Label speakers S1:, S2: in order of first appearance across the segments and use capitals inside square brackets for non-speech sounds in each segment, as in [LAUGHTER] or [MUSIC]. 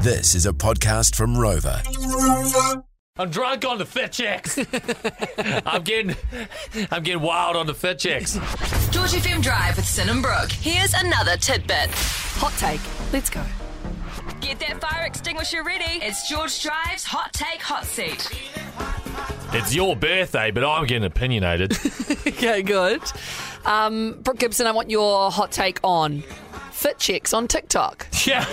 S1: This is a podcast from Rover.
S2: I'm drunk on the fit checks. I'm getting, I'm getting wild on the fit checks.
S3: George FM Drive with Sin and Brooke. Here's another tidbit.
S4: Hot take. Let's go.
S3: Get that fire extinguisher ready. It's George Drive's Hot Take Hot Seat.
S2: It's your birthday, but I'm getting opinionated.
S4: Okay, good. Um, Brooke Gibson, I want your hot take on fit checks on TikTok.
S2: yeah,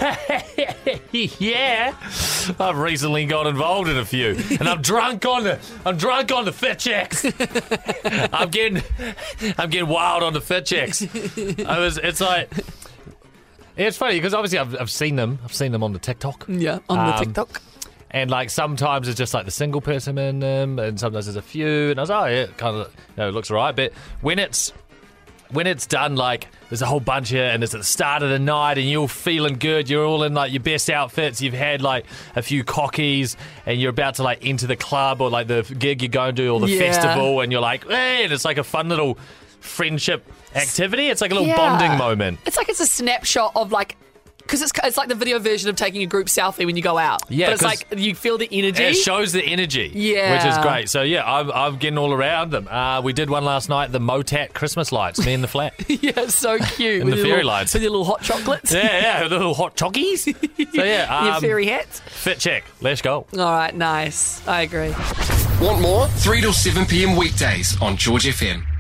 S2: I've recently got involved in a few, and I'm drunk on the, I'm drunk on the fit checks. I'm getting, I'm getting wild on the fit checks. I was, it's like, it's funny because obviously I've, I've seen them, I've seen them on the TikTok.
S4: Yeah, on the
S2: Um,
S4: TikTok.
S2: And like sometimes it's just like the single person in them, and sometimes there's a few, and I was oh yeah, kind of you know, it looks alright. But when it's when it's done, like there's a whole bunch here, and it's at the start of the night, and you're all feeling good, you're all in like your best outfits, you've had like a few cockies, and you're about to like enter the club or like the gig you're going to or the
S4: Yeah.
S2: festival, and you're like, hey, and it's like a fun little friendship activity. It's like a little
S4: Yeah.
S2: bonding moment.
S4: It's like it's a snapshot of like. Because it's, it's like the video version of taking a group selfie when you go out.
S2: Yeah,
S4: But it's
S2: 'cause-
S4: like you feel the energy.
S2: It shows the energy,
S4: Yeah.
S2: which is great. So yeah, I'm, I'm getting all around them. Uh, we did one last night, the Motat Christmas lights, me in the
S4: [LAUGHS]
S2: flat. yeah,
S4: [LAUGHS] yeah, it's so cute.
S2: And the
S4: your
S2: fairy
S4: little,
S2: lights.
S4: With your little hot chocolates.
S2: yeah, the little hot chockies. So yeah,
S4: [LAUGHS] your
S2: um,
S4: fairy hats.
S2: fit check. Let's go.
S4: All right, nice. I agree.
S5: Want more? 3 till 7 p.m. weekdays on George FM.